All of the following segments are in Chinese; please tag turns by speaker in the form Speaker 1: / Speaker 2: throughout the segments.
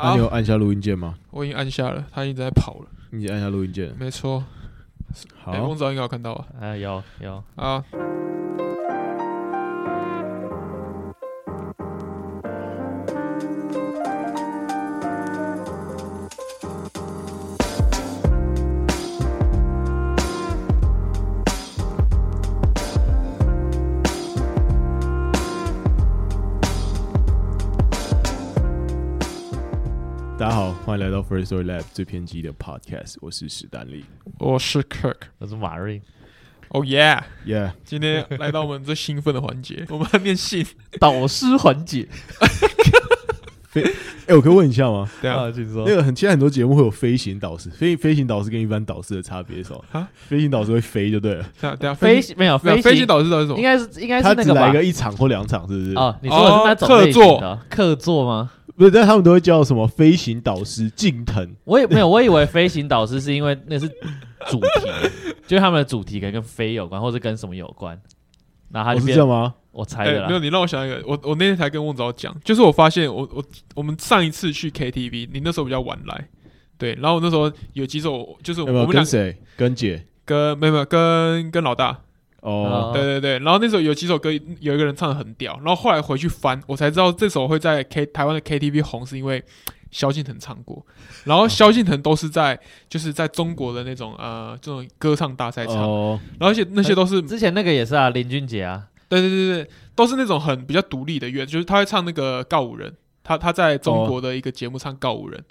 Speaker 1: 那
Speaker 2: 好
Speaker 1: 你有，按下录音键吗？
Speaker 2: 我已经按下了，他已经在跑了。
Speaker 1: 你已经按下录音键了。
Speaker 2: 没错，
Speaker 1: 好
Speaker 2: 哎，，翁总应该有看到吧？
Speaker 3: 啊，有有，
Speaker 2: 啊，
Speaker 1: 大家好，欢迎来到 Free Story Lab 最偏激的 Podcast，我是史丹利。
Speaker 2: 我是 Kirk。
Speaker 3: 我是马瑞，
Speaker 2: Oh yeah！
Speaker 1: Yeah，
Speaker 2: 今天来到我们最兴奋的环节，我们要 念信。
Speaker 3: 导师环节
Speaker 1: 哎、我可以问一下吗？
Speaker 2: 对啊，，
Speaker 3: 请说
Speaker 1: 那个很现在很多节目会有飞行导师，飞飞行导师跟一般导师的差别是什么
Speaker 2: 啊？
Speaker 1: 飞行导师会飞就对了，
Speaker 2: 等下等下
Speaker 3: 飞
Speaker 2: 行
Speaker 3: 没有
Speaker 2: 没有
Speaker 3: 飞
Speaker 2: 飞
Speaker 3: 行
Speaker 2: 行导师导师什么？
Speaker 3: 应该是应该
Speaker 1: 他
Speaker 3: 是
Speaker 1: 只
Speaker 3: 那个吧
Speaker 1: 来？个一场或两场，是不是？
Speaker 3: 哦，你说的是那种类型的 客座吗？
Speaker 1: 不是，但他们都会叫什么飞行导师近藤。
Speaker 3: 我也没有，我以为飞行导师是因为那是主题，就是他们的主题可能跟飞有关，或者跟什么有关，然后
Speaker 1: 我哦
Speaker 3: 他
Speaker 1: 是这
Speaker 3: 就变
Speaker 1: 样吗？
Speaker 3: 我猜
Speaker 2: 哎
Speaker 3: 的，
Speaker 2: 没有，
Speaker 3: 啦。
Speaker 2: 你让我想一个，我我那天才跟翁总讲，就是我发现我我我们上一次去 KTV，你那时候比较晚来，对，然后我那时候有几首就是
Speaker 1: 有
Speaker 2: 我
Speaker 1: 没有
Speaker 2: 们
Speaker 1: 跟
Speaker 2: 两个
Speaker 1: 谁？跟姐？
Speaker 2: 跟没有没有跟跟老大，
Speaker 1: 哦，
Speaker 3: 哦
Speaker 2: 对对对，然后那时候有几首歌，有一个人唱的很屌，然后后来回去翻，我才知道这首会在 K 台湾的 KTV 红，是因为萧敬腾唱过，然后萧敬腾都是在就是在中国的那种呃这种歌唱大赛唱，
Speaker 1: 哦，
Speaker 2: 然后而且那些都是、
Speaker 3: 之前那个也是啊，林俊杰啊，
Speaker 2: 对对对对，都是那种很比较独立的乐，就是他会唱那个告五人，他他在中国的一个节目唱告五人，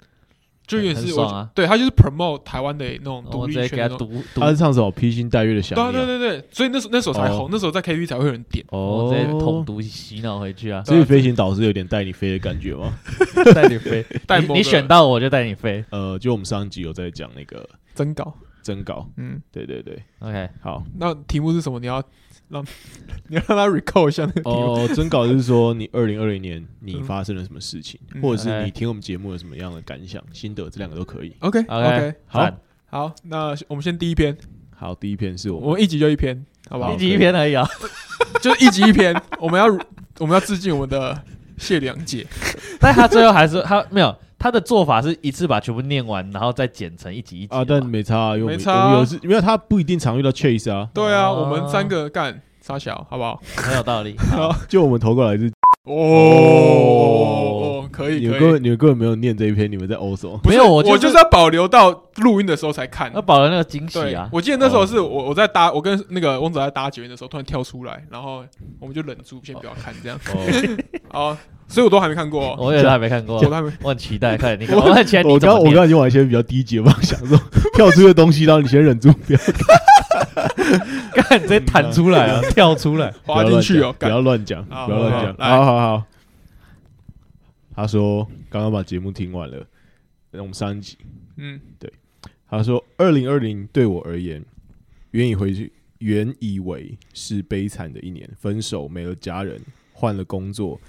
Speaker 2: 就有点
Speaker 3: 很
Speaker 2: 是
Speaker 3: 很
Speaker 2: 我
Speaker 3: 爽啊哦
Speaker 2: 对他就是 promote 台湾的那种独
Speaker 3: 我
Speaker 2: 立
Speaker 3: 直接
Speaker 2: 圈
Speaker 3: 给
Speaker 2: 的
Speaker 3: 他
Speaker 2: 那种。
Speaker 3: 读读
Speaker 1: 他，是唱什么披星戴月的想
Speaker 2: 对啊
Speaker 1: 念？
Speaker 2: 对对对，所以那时候那首才
Speaker 1: 哦
Speaker 2: 红，那时候在 KTV 才会有人点。
Speaker 1: 哦，
Speaker 3: 我直接统读洗脑回去啊，
Speaker 1: 所以飞行导师有点带你飞的感觉吗？
Speaker 3: 带你飞，
Speaker 2: 带
Speaker 3: 你
Speaker 2: 某
Speaker 3: 你
Speaker 2: 个
Speaker 3: 选到我就带你飞
Speaker 1: 呃，就我们上一集有在讲那个
Speaker 2: 真搞，
Speaker 1: 征稿，
Speaker 2: 嗯，
Speaker 1: 对对对，
Speaker 3: ，OK，
Speaker 1: 好
Speaker 2: 那题目是什么？你要让 你要让他 recall 一下那个题目。
Speaker 1: 哦，征稿就是说你二零二零年你发生了什么事情，
Speaker 2: 嗯
Speaker 1: 或者是你
Speaker 3: 哎
Speaker 1: 听我们节目有什么样的感想、心得，这两个都可以。
Speaker 2: OK OK，
Speaker 1: 好
Speaker 3: 赞
Speaker 2: 好，那我们先第一篇，
Speaker 1: 好，第一篇是我
Speaker 2: 我
Speaker 1: 们
Speaker 2: 们一集就一篇，好不
Speaker 1: 好
Speaker 2: 好
Speaker 3: 一？集一篇而已啊，
Speaker 2: 就是一集一篇， 我们要我们要致敬我们的谢良姐。
Speaker 3: 但他最后还是他没有他的做法是一次把全部念完，然后再剪成一集一集
Speaker 1: 啊，
Speaker 3: 的
Speaker 1: 但
Speaker 3: 嘛
Speaker 1: 没差啊，因为我
Speaker 2: 没
Speaker 1: 们
Speaker 2: 差啊
Speaker 1: 我们有时没有他不一定常遇到 chase 啊，
Speaker 2: 对啊，
Speaker 3: 哦
Speaker 2: 我们三个干傻小，好不好？
Speaker 3: 很有道理。
Speaker 2: 好
Speaker 3: 好
Speaker 1: 就我们投过来是
Speaker 2: 哦，可
Speaker 1: 你
Speaker 2: 以
Speaker 1: 们根
Speaker 2: 可以，
Speaker 1: 本你们根本没有念这一篇，你们在欧洲
Speaker 2: 不是
Speaker 3: 没有我就是
Speaker 2: 我是要保留到录音的时候才看
Speaker 3: 要。保留那个惊喜
Speaker 2: 对
Speaker 3: 啊，！
Speaker 2: 我记得那时候是我我在搭，我跟那个翁子在搭捷运的时候，突然跳出来，然后我们就忍住，先不要看这样。
Speaker 1: 哦，
Speaker 2: 哦，所以我都还没看过哦，
Speaker 3: 我也都还没看过
Speaker 2: 我，都还没。
Speaker 3: 我很期待，快点你看，我很期待哎你
Speaker 1: 哦我
Speaker 3: 怎
Speaker 1: 刚
Speaker 3: 么
Speaker 1: 我刚
Speaker 3: 念。
Speaker 1: 刚已经往一些比较低级的方向说，跳出一个东西，然后你先忍住不要
Speaker 3: 看直接弹出来啊，跳出来。
Speaker 1: 不
Speaker 2: 滑
Speaker 1: 要
Speaker 2: 进
Speaker 1: 乱
Speaker 2: 去哦，
Speaker 1: 讲不
Speaker 2: 干
Speaker 1: 要乱讲，
Speaker 2: 好
Speaker 1: 不要乱讲。
Speaker 2: 好
Speaker 1: 好好好。他说刚刚把节目听完了，那我们上一集。
Speaker 2: 嗯，
Speaker 1: 他说二零二零对我而言，原以回去原以为是悲惨的一年，分手，没了家人，换了工作，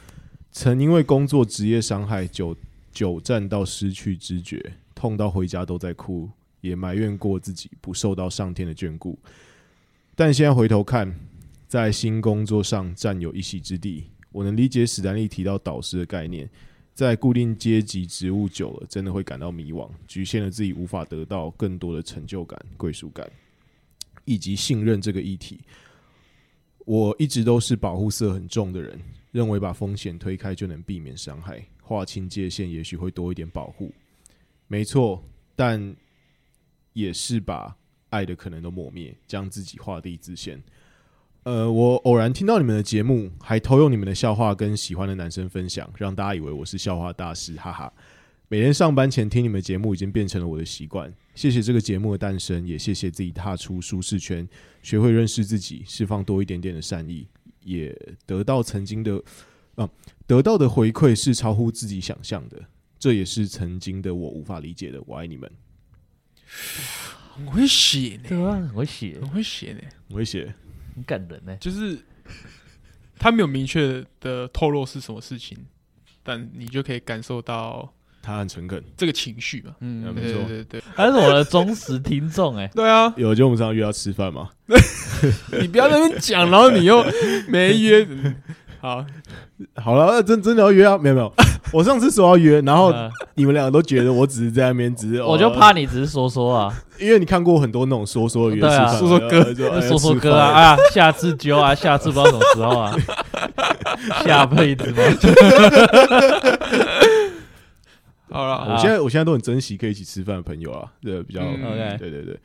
Speaker 1: 曾因为工作职业伤害久久战到失去知觉，痛到回家都在哭，也埋怨过自己不受到上天的眷顾。但现在回头看，在新工作上占有一席之地，我能理解史丹利提到导师的概念。在固定阶级职务久了，真的会感到迷惘，局限了自己无法得到更多的成就感、归属感，以及信任这个议题。我一直都是保护色很重的人，认为把风险推开就能避免伤害，划清界限也许会多一点保护。没错，但也是把爱的可能都磨灭，将自己画地自限。呃，我偶然听到你们的节目，还偷用你们的笑话跟喜欢的男生分享，让大家以为我是笑话大师，哈哈。每天上班前听你们节目已经变成了我的习惯。谢谢这个节目的诞生，也谢谢自己踏出舒适圈，学会认识自己，释放多一点点的善意，也得到曾经的啊、得到的回馈是超乎自己想象的。这也是曾经的我无法理解的。我爱你们。
Speaker 2: 很会写呢，
Speaker 3: 对啊，很会写
Speaker 2: 很，会写呢，
Speaker 1: 我会写
Speaker 3: 很感人呢。
Speaker 2: 就是他没有明确的透露是什么事情，但你就可以感受到
Speaker 1: 他很诚恳，
Speaker 2: 这个情绪嘛。
Speaker 1: 嗯
Speaker 3: 嗯，
Speaker 1: 没
Speaker 2: 对
Speaker 1: 错
Speaker 2: 对对对，
Speaker 3: 他是我的忠实听众哎，
Speaker 2: 对啊，
Speaker 1: 有就我们常常约他吃饭嘛。
Speaker 2: 你不要在那边讲，然后你又没约。嗯好，
Speaker 1: 好了，那真真的要约啊？没有没有，我上次说要约，然后
Speaker 3: 嗯
Speaker 1: 你们两个都觉得我只是在那边，只是
Speaker 3: 我就，
Speaker 1: 哦
Speaker 3: 怕你只是说说啊，
Speaker 1: 因为你看过很多那种说说的约
Speaker 3: 对啊
Speaker 1: 吃饭
Speaker 2: 说说歌，
Speaker 1: 呃
Speaker 3: 说说歌，
Speaker 1: 哎
Speaker 3: 啊啊，下次揪啊，下次不知道什么时候啊，下辈子吗？
Speaker 2: 好
Speaker 1: 吃
Speaker 2: 了
Speaker 3: 啊
Speaker 1: 饭，我现在我现在都很珍惜可以一起吃饭的朋友啊，对，比较
Speaker 2: 嗯
Speaker 3: OK
Speaker 1: 对对对，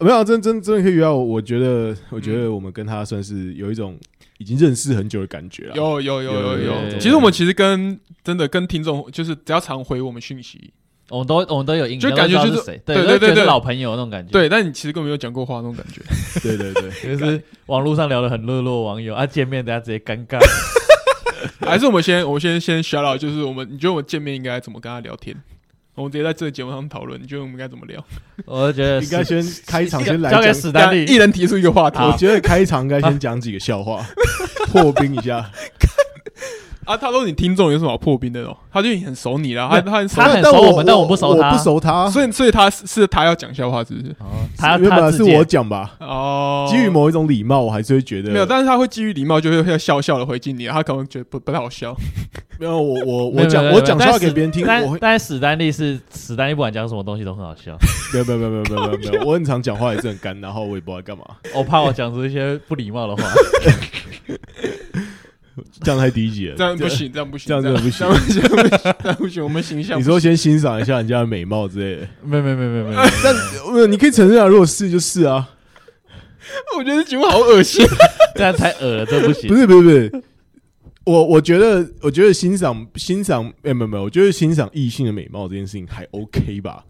Speaker 1: 没有啊真真真的可以约到我，我觉
Speaker 3: 嗯
Speaker 1: 得我觉得我们跟他算是有一种已经认识很久的感觉了，
Speaker 2: 有有有有
Speaker 1: 有
Speaker 3: 有
Speaker 2: 有。其实我们其实跟真的跟听众，就是只要常回我们讯息，
Speaker 3: 我们都我们都有印
Speaker 2: 就
Speaker 3: 象，
Speaker 2: 感觉
Speaker 3: 都知
Speaker 2: 就
Speaker 3: 道
Speaker 2: 是
Speaker 3: 谁，
Speaker 2: 对
Speaker 3: 都
Speaker 2: 对对
Speaker 3: 觉得是
Speaker 2: 对
Speaker 3: 老朋友那种感觉，，
Speaker 2: 对，但你其实根本没有讲过话那种感觉。
Speaker 1: 对对对，
Speaker 3: 就是网络上聊得很热络，网友啊见面大家直接尴尬，
Speaker 2: 还是我们先，我们先先 shout out，就是我们，你觉得我们见面应该怎么跟他聊天？我们直接在这个节目上讨论，你觉得我们该怎么聊？
Speaker 3: 我就觉得
Speaker 1: 应该
Speaker 3: 是
Speaker 1: 先开场先来
Speaker 3: 交
Speaker 1: 讲
Speaker 3: 给史丹利
Speaker 2: 一人提出一个话题
Speaker 1: 我觉得开场应该 先讲几个笑话，破冰一下。
Speaker 2: 啊。他说你听众有什么好破冰的哦？他就已经很熟你了，他他很熟
Speaker 3: 他，很
Speaker 1: 但
Speaker 3: 熟
Speaker 1: 我
Speaker 3: 我 们但我不熟他
Speaker 1: 我不熟他，
Speaker 2: 所以所以他是是他要讲笑话是不是？
Speaker 3: 哦他
Speaker 1: 原
Speaker 3: 他
Speaker 1: 本
Speaker 3: 自
Speaker 1: 是
Speaker 3: 己
Speaker 1: 我讲吧。
Speaker 2: 哦，
Speaker 1: 基于某一种礼貌，我还是会觉得
Speaker 2: 没有，但是他会基于礼貌就会会笑笑的回敬你，他可能觉得不不太好笑。
Speaker 1: 没有我我
Speaker 3: 没
Speaker 1: 我
Speaker 3: 有
Speaker 1: 讲
Speaker 3: 没有没
Speaker 1: 我
Speaker 3: 有
Speaker 1: 讲
Speaker 3: 但
Speaker 1: 笑话给
Speaker 3: 史
Speaker 1: 别人听，
Speaker 3: 但
Speaker 1: 我会
Speaker 3: 但史丹利是史丹利，不管讲什么东西都很好笑，
Speaker 1: 没有没有没有没有没有没有没有，我很常讲话也是很干，然后我也不知道干嘛，
Speaker 3: 我怕我讲出一些不礼貌的话，
Speaker 1: 这样太低级了，
Speaker 2: 这样不行，这样不行，
Speaker 1: 这样真的不行
Speaker 2: 这样不行，这样不行这样不行，我们形象
Speaker 1: 你
Speaker 2: 不行。
Speaker 1: 说先欣赏一下人家的美貌之类的，
Speaker 3: 没有没有没有没有没有，
Speaker 1: 但没有你可以承认啊，如果是就是啊，
Speaker 2: 我觉得这节目好 恶心。
Speaker 3: 这样太恶了，这不行
Speaker 1: 不。是不是不是，我我觉得我觉得欣赏欣赏哎没有没有，我觉得欣赏异性的美貌这件事情还 OK 吧。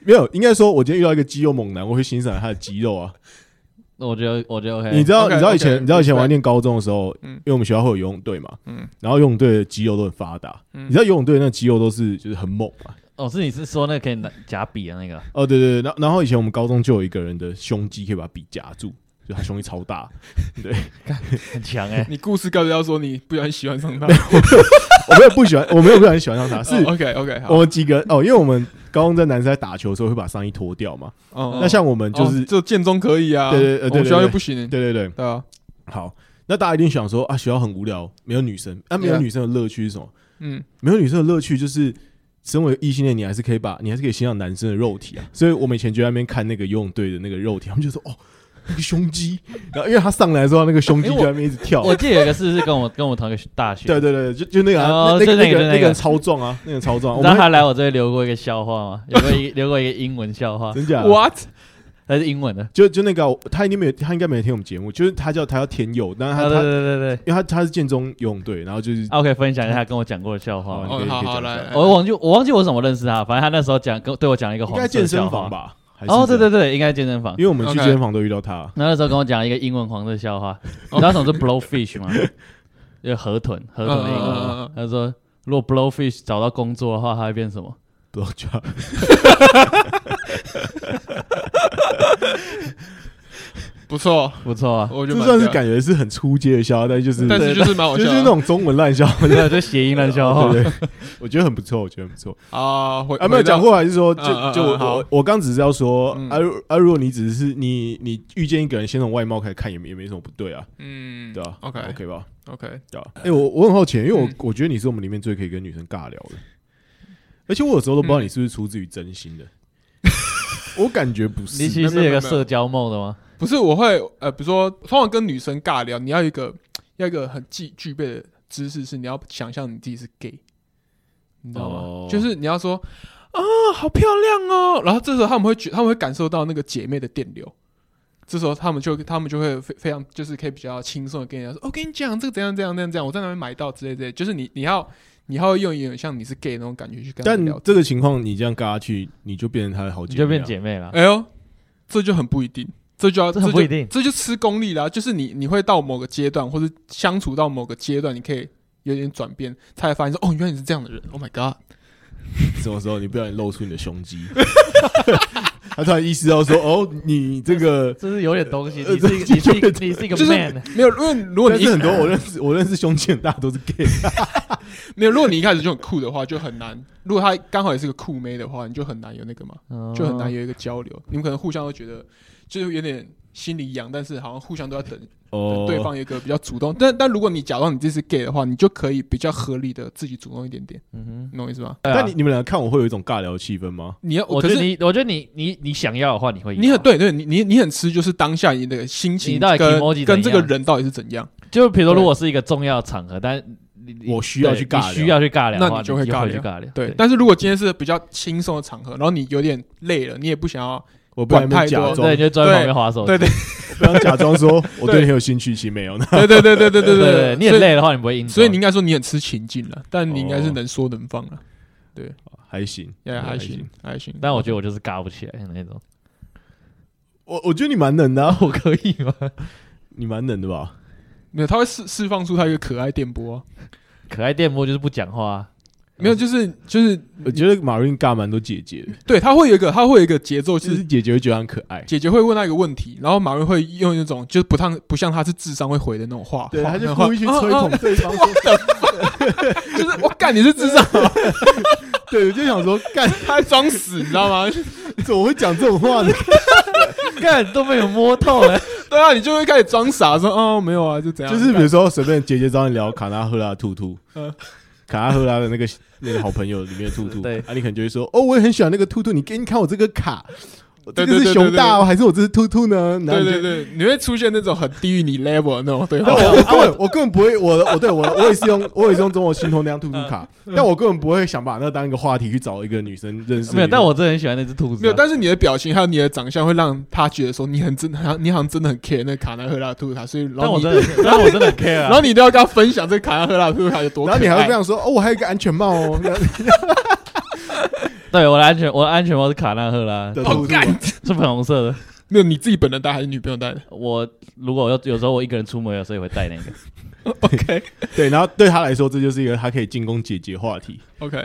Speaker 1: 没有，应该说，我今天遇到一个肌肉猛男，我会欣赏他的肌肉啊。
Speaker 3: 那我觉得我觉得 OK，
Speaker 1: 你知道，
Speaker 2: OK，
Speaker 1: 你知道以
Speaker 2: OK，
Speaker 1: 前，你知道以前我还
Speaker 2: respect
Speaker 1: 念高中的时候，
Speaker 2: 嗯
Speaker 1: 因为我们学校会有游泳队嘛，
Speaker 2: 嗯
Speaker 1: 然后游泳队的肌肉都很发达，
Speaker 2: 嗯
Speaker 1: 你知道游泳队那个肌肉都是就是很猛嘛。
Speaker 3: 哦，是你是说那个可以拿夹笔的那个？
Speaker 1: 哦，对对对，然后然后以前我们高中就有一个人的胸肌可以把笔夹住，就他胸肌超大。
Speaker 3: 很 强哎、
Speaker 2: 你故事告诉要说你不小心喜欢 上他，
Speaker 1: 我没有不喜欢，我没有不小心喜欢上
Speaker 2: 哦
Speaker 1: 他，是
Speaker 2: OK OK 好
Speaker 1: 我，们几个哦，因为我们高中在男生在打球的时候会把上衣脱掉嘛。
Speaker 2: 哦
Speaker 1: 那像我们就是
Speaker 2: 哦，就建中可以啊，
Speaker 1: 对对呃对
Speaker 2: 我们学校
Speaker 1: 对
Speaker 2: 又
Speaker 1: 对
Speaker 2: 不行，
Speaker 1: 对对对，
Speaker 2: 对啊，
Speaker 1: 好，那大家一定想说啊，学校很无聊，没有女生，那、没有
Speaker 2: Yeah
Speaker 1: 女生的乐趣是什么？
Speaker 2: 嗯，
Speaker 1: 没有女生的乐趣就是。身为异性恋，你还是可以把，你还是可以欣赏男生的肉体啊。所以我们以前就在那边看那个游泳队的那个肉体，他们就说哦，那个胸肌。然后因为他上来的时候，那个胸肌
Speaker 3: 因
Speaker 1: 就
Speaker 3: 为我
Speaker 1: 在那边一直跳。
Speaker 3: 我记得有一个是是跟我跟我同一个大学，
Speaker 1: 对对对，就就那个、啊
Speaker 3: 哦
Speaker 1: 那那
Speaker 3: 就
Speaker 1: 个那个
Speaker 3: 那个就那个
Speaker 1: 那个人超壮啊，那个人超壮啊。
Speaker 3: 你
Speaker 1: 我
Speaker 3: 知道
Speaker 1: 们
Speaker 3: 他来我这里留过一个笑话 吗？留过一留过一个英文笑话，
Speaker 1: 真假的？
Speaker 2: What？
Speaker 3: 那是英文的。
Speaker 1: 就就那个啊、我他一定没有，他应该没有听我们节目。就是他叫他叫天佑，但是
Speaker 3: 啊，
Speaker 1: 他
Speaker 3: 对
Speaker 1: 他嗯
Speaker 3: 对对对对。
Speaker 1: 因为他他是建中游泳队，然后就是
Speaker 3: 啊，我可以分享一下他跟我讲过的笑话
Speaker 1: 哦你可
Speaker 2: 哦
Speaker 3: 吗。
Speaker 1: 以，
Speaker 2: 好
Speaker 1: 可以
Speaker 2: 好
Speaker 1: 讲一
Speaker 2: 来
Speaker 1: 下，
Speaker 3: 我忘记我忘记我怎么认识他，反正他那时候讲跟对我讲了一个
Speaker 1: 应
Speaker 3: 黄
Speaker 1: 该
Speaker 3: 色
Speaker 1: 健身
Speaker 3: 笑话
Speaker 1: 房。吧？还是
Speaker 3: 哦，对对
Speaker 1: 怎样，
Speaker 3: 对，应该是健身房。
Speaker 1: 因为我们去
Speaker 2: OK
Speaker 1: 健身房都遇到他。
Speaker 3: 然后那时候跟我讲了一个英文黄色笑话，你知道什么是 blowfish 吗？就是河豚，河豚的英文
Speaker 2: 嗯嗯嗯
Speaker 3: 吗
Speaker 2: 嗯。
Speaker 3: 他说，如果 blowfish 找到工作的话，他会变什么？
Speaker 1: 不要抓，
Speaker 2: 不错，
Speaker 3: 不错啊，
Speaker 2: 我觉
Speaker 1: 哦这
Speaker 2: 得蛮
Speaker 1: 算是
Speaker 2: 屌的
Speaker 1: 感觉是很出街的笑话，但就是
Speaker 2: 但是就是蛮好
Speaker 1: 就
Speaker 2: 笑哦
Speaker 1: 是
Speaker 2: 的
Speaker 1: 那种中文烂笑话，
Speaker 3: 我觉 得就谐音烂笑话。
Speaker 1: 哦对对， 对我觉得很不错，我觉得很不错
Speaker 2: 啊，回
Speaker 1: 啊。没有讲，过，还是说就
Speaker 2: 嗯嗯
Speaker 1: 就
Speaker 2: 嗯好
Speaker 1: 我我刚只是要说
Speaker 2: 嗯
Speaker 1: 啊如啊，如果你只是你你遇见一个人，先从外貌开始看，也没也没什么不对啊，
Speaker 2: 回到嗯，
Speaker 1: 对吧
Speaker 2: OK
Speaker 1: OK 吧，
Speaker 2: OK，
Speaker 1: 对吧？哎，我我很好奇，因为我
Speaker 2: 嗯
Speaker 1: 我觉得你是我们里面最可以跟女生尬聊的，而且我有时候都不知道你是不是出自于真 心的，我感觉不是
Speaker 3: 你。其实是有个社交梦的吗？
Speaker 2: 不是我会呃，比如说通常跟女生尬聊，你要一个要一个很具具备的知识是你要想象你自己是 gay，你知道吗？
Speaker 1: 哦
Speaker 2: 就是你要说啊，好漂亮哦，然后这时候他们会觉他们会感受到那个姐妹的电流。这时候他们就他们就会非非常就是可以比较轻松的跟人家说，我、跟你讲这个怎样怎样怎样怎样，我在那边买到之类之类，就是你你要你要用一点像你是 gay 那种感觉去跟他
Speaker 1: 但
Speaker 2: 们聊天。
Speaker 1: 这个情况，你这样跟他去，你就变成他的好姐
Speaker 3: 你
Speaker 1: 妹、啊
Speaker 3: 就变。姐妹了。
Speaker 2: 哎呦，这就很不一定，这就要
Speaker 3: 这很
Speaker 2: 就
Speaker 3: 不一定
Speaker 2: 这就吃功力啦、就是你你会到某个阶段，或者相处到某个阶段，你可以有点转变，才发现说，哦，原来你是这样的人，Oh my god！
Speaker 1: 什么时候你不小心露出你的胸肌？ 他突然意识到说：“哦，你这个
Speaker 3: 这是有点东西，
Speaker 1: 呃
Speaker 3: 你是一个
Speaker 1: 这
Speaker 3: 你
Speaker 1: 这
Speaker 3: 是一个你是一个
Speaker 2: 就是
Speaker 3: man，
Speaker 2: 没有，因为如果
Speaker 1: 但
Speaker 2: 你
Speaker 1: 是
Speaker 2: 一
Speaker 1: 很多我 认识我认识胸肌很大都是 gay，
Speaker 2: 没有，如果你一开始就很酷的话，就很难。如果他刚好也是个酷 妹的话，你就很难有那个嘛，就很难
Speaker 3: 哦
Speaker 2: 有一个交流。你们可能互相都觉得，就是有点心里痒，但是好像互相都要等
Speaker 1: 哦，
Speaker 2: 对方有一个比较主动。但但如果你假装你这是 gay 的话，你就可以比较合理的自己主动一点点，
Speaker 3: 嗯哼，
Speaker 2: 你懂我意思吗？
Speaker 3: 对啊
Speaker 1: 但你你们两个看我会有一种尬聊的气氛吗？
Speaker 2: 你要，
Speaker 3: 我
Speaker 2: 可
Speaker 3: 觉得
Speaker 2: 是
Speaker 3: 你，我觉得你，你你想要的话，你会有
Speaker 2: 你很，对对，你你你很吃就是当下你的心情
Speaker 3: 你到底
Speaker 2: 跟
Speaker 3: emoji
Speaker 2: 跟这
Speaker 3: 怎
Speaker 2: 个
Speaker 3: 样
Speaker 2: 人到底是怎样，
Speaker 3: 就比如说，
Speaker 2: 对
Speaker 3: 如果是一个重要的场合，但你你
Speaker 1: 我需要
Speaker 3: 对
Speaker 1: 去尬
Speaker 3: 你
Speaker 1: 聊
Speaker 3: 需要去尬聊的话，
Speaker 2: 那你就会
Speaker 3: 你
Speaker 2: 尬
Speaker 3: 尬
Speaker 2: 聊
Speaker 3: 去尬聊。
Speaker 2: 对。但是如果今天是比较轻松的场合，然后你有点累了，你也不想要，
Speaker 1: 我不然
Speaker 2: 管太
Speaker 1: 假
Speaker 2: 多对
Speaker 1: 装
Speaker 3: 对，你，就坐在旁边划手机。
Speaker 2: 对对
Speaker 1: 不然假装 说我对
Speaker 2: 对
Speaker 1: 你很有兴趣，其实没有呢。
Speaker 2: 对对对对对 对
Speaker 3: 对对，你很累的话，你不会赢。
Speaker 2: 所以，所以你应该说你很吃情境了，但你应该是
Speaker 1: 哦
Speaker 2: 能说能放了，
Speaker 1: 还行，
Speaker 2: 也还
Speaker 1: 还
Speaker 2: 行
Speaker 1: 行
Speaker 2: 还行。哦
Speaker 3: 但我觉得我就是尬不起来的那种。
Speaker 1: 我 我觉得你蛮能的啊，
Speaker 3: 我可以吗？
Speaker 1: 你蛮能的吧？
Speaker 2: 没有，他会释释放出他一个可爱电波啊、
Speaker 3: 可爱电波就是不讲话 啊，
Speaker 2: 没有，就是就是
Speaker 1: 我觉得马云尬蛮多姐姐的，
Speaker 2: 对他会有一个他会有一个节奏，就
Speaker 1: 就是
Speaker 2: 是
Speaker 1: 姐姐会觉得很可爱，
Speaker 2: 姐姐会问他一个问题，然后马云会用一种就是不像不像他是智商会回的那种话，
Speaker 1: 对，
Speaker 2: 话
Speaker 1: 他就哦
Speaker 2: 那话
Speaker 1: 故意去吹
Speaker 2: 啊
Speaker 1: 捧
Speaker 2: 啊
Speaker 1: 对方说，
Speaker 2: 就是我干你是智商，
Speaker 1: 对，我就想说，干
Speaker 2: 他还装死，你知道吗？
Speaker 1: 怎么会讲这种话呢？
Speaker 3: 干都被人摸透了。
Speaker 2: 对啊，你就会开始装傻说哦没有啊，就怎样，
Speaker 1: 就是比如说随便姐姐找你聊卡纳赫拉的兔兔
Speaker 2: 嗯，
Speaker 1: 卡纳赫拉的那个那个好朋友里面的兔兔，
Speaker 3: 对
Speaker 1: 啊，你可能就会说，哦，我也很喜欢那个兔兔，你给你看我这个卡，我这
Speaker 2: 对
Speaker 1: 个
Speaker 2: 对对
Speaker 1: 是
Speaker 2: 对
Speaker 1: 熊大哦，还是我这是兔兔呢？然后你
Speaker 2: 对
Speaker 1: 就
Speaker 2: 对对，你会出现那种很低于你 level 的那种对
Speaker 1: 那
Speaker 2: 话，
Speaker 1: 我我根啊本我根本不会，我我对我我也是用我也是用中国信托那张兔兔 卡，
Speaker 2: 嗯
Speaker 1: 但我根本不会想把那当一个话题去找一个女生认识。
Speaker 3: 没有，但我真的很喜欢那只兔子 啊。
Speaker 2: 没有，但是你的表情还有你的长相会让他觉得说你很真，好像你好像真的很 care 那卡纳赫拉兔卡，所以然
Speaker 3: 但
Speaker 2: 后
Speaker 3: 我
Speaker 2: 你
Speaker 3: 真的，但我真的很 care
Speaker 2: 然
Speaker 3: 啊
Speaker 2: 后。你一定要跟他分享这个卡纳赫拉兔卡有多可
Speaker 1: 然
Speaker 2: 爱，
Speaker 1: 后你还会这样说哦，我还有一个安全帽哦，那
Speaker 3: 对，我的安全，我的安全帽是卡纳赫拉，
Speaker 1: 的
Speaker 2: 好
Speaker 1: 兔兔啊。
Speaker 2: 干，
Speaker 3: 是粉红色的。
Speaker 2: 没有你自己本人戴还是女朋友戴的
Speaker 3: 我如果有有时候我一个人出门，有时候也会带那个。
Speaker 2: ？OK
Speaker 1: 对，然后对他来说，这就是一个他可以进攻姐姐话题。
Speaker 2: OK，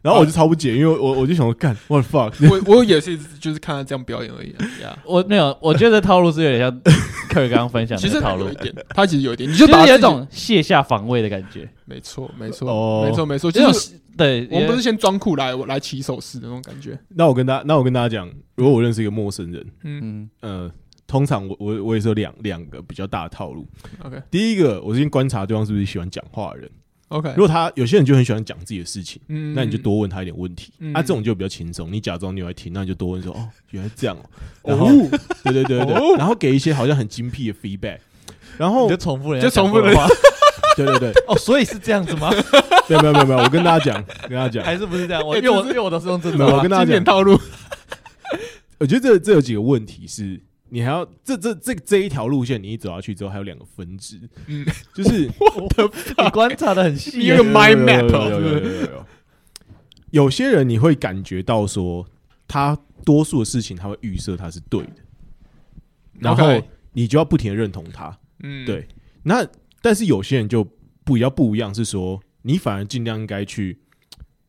Speaker 1: 然后我就超不解，因为我我就想说，干，what the fuck？
Speaker 2: 我我也是就是看他这样表演而已啊。呀
Speaker 3: 我没有，我觉得套路是有点 像克尔刚刚分享
Speaker 2: 其
Speaker 3: 的
Speaker 2: 实
Speaker 3: 套
Speaker 2: 有
Speaker 3: 路
Speaker 2: 一，点，他其实有一点，你就
Speaker 3: 就
Speaker 2: 是把他
Speaker 3: 有一
Speaker 2: 自己
Speaker 3: 种卸下防卫的感觉。
Speaker 2: 没错没错
Speaker 1: 哦
Speaker 2: 没错没错，
Speaker 3: 这种
Speaker 2: 就是
Speaker 3: 对，
Speaker 2: 我们不
Speaker 3: 因
Speaker 2: 是
Speaker 3: 为
Speaker 2: 先装酷来我来起手式的那种感觉。
Speaker 1: 那我跟大那我跟大家讲，如果我认识一个陌生人，
Speaker 2: 嗯
Speaker 3: 嗯，
Speaker 1: 呃，通常我我我也是有两两个比较大的套路。
Speaker 2: ，OK
Speaker 1: 第一个，我先观察对方是不是喜欢讲话的人。
Speaker 2: OK，
Speaker 1: 如果他有些人就很喜欢讲自己的事情。
Speaker 2: 嗯
Speaker 1: 那你就多问他一点问题，
Speaker 2: 嗯
Speaker 1: 啊，这种就比较轻松。你假装你有在听，那你就多问说，哦，原来这样哦，然后，
Speaker 2: 哦，
Speaker 1: 对对对对
Speaker 2: 哦
Speaker 1: 对，然后给一些好像很精辟的 feedback，然后
Speaker 3: 你就，重复人家
Speaker 2: 就重复
Speaker 3: 讲过的话。
Speaker 1: 对对对，
Speaker 3: 哦，所以是这样 子吗？
Speaker 1: 对没有没有没有，我跟大家讲，跟大家讲，
Speaker 3: 还是不是这样？我
Speaker 2: 哎
Speaker 3: 因为我
Speaker 2: 就是
Speaker 3: 因为我都是用这
Speaker 1: 没有
Speaker 3: 种
Speaker 1: 我
Speaker 3: 啊
Speaker 1: 跟。大家
Speaker 2: 经典
Speaker 1: 讲，
Speaker 2: 套路。
Speaker 1: 我觉得这这有几个问题是，你还要这这这这一条路线你一走下去之后，还有两个分支，
Speaker 2: 嗯
Speaker 1: 就是
Speaker 3: 你观察的很细
Speaker 2: 你有一
Speaker 3: 耶
Speaker 2: 个。mind
Speaker 1: 有
Speaker 2: map
Speaker 1: 有有有有有有有有些人你会感觉到说，他多数的事情他会预设他是对的，然后
Speaker 2: OK
Speaker 1: 你就要不停的认同他。
Speaker 2: 嗯，
Speaker 1: 对那但是有些人就不比较不一样，是说你反而尽量应该去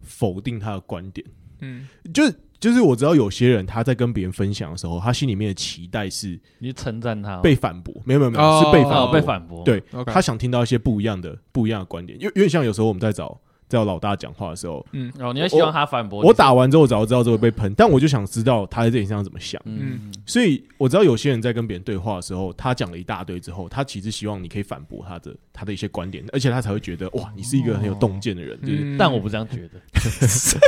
Speaker 1: 否定他的观点，
Speaker 2: 嗯，
Speaker 1: 就是就是我知道有些人他在跟别人分享的时候，他心里面的期待是
Speaker 3: 你就称赞他哦，
Speaker 1: 被反驳，没有没有没有
Speaker 2: 哦
Speaker 1: 是被反
Speaker 3: 哦
Speaker 1: 驳，
Speaker 3: 被反驳。
Speaker 1: 对
Speaker 2: OK
Speaker 1: 他想听到一些不一样的不一样的观点，有有点像有时候我们在找在老大讲话的时候，
Speaker 2: 嗯
Speaker 3: 哦，你要希望他反驳你。
Speaker 1: 我打完之后我早就知道这会被喷，但我就想知道他在这里上怎么想。
Speaker 3: 嗯，
Speaker 1: 所以我知道有些人在跟别人对话的时候，他讲了一大堆之后，他其实希望你可以反驳他的他的一些观点，而且他才会觉得哇，你是一个很有洞见的人，就是
Speaker 2: 嗯
Speaker 3: 但我不这样觉得，
Speaker 1: 就是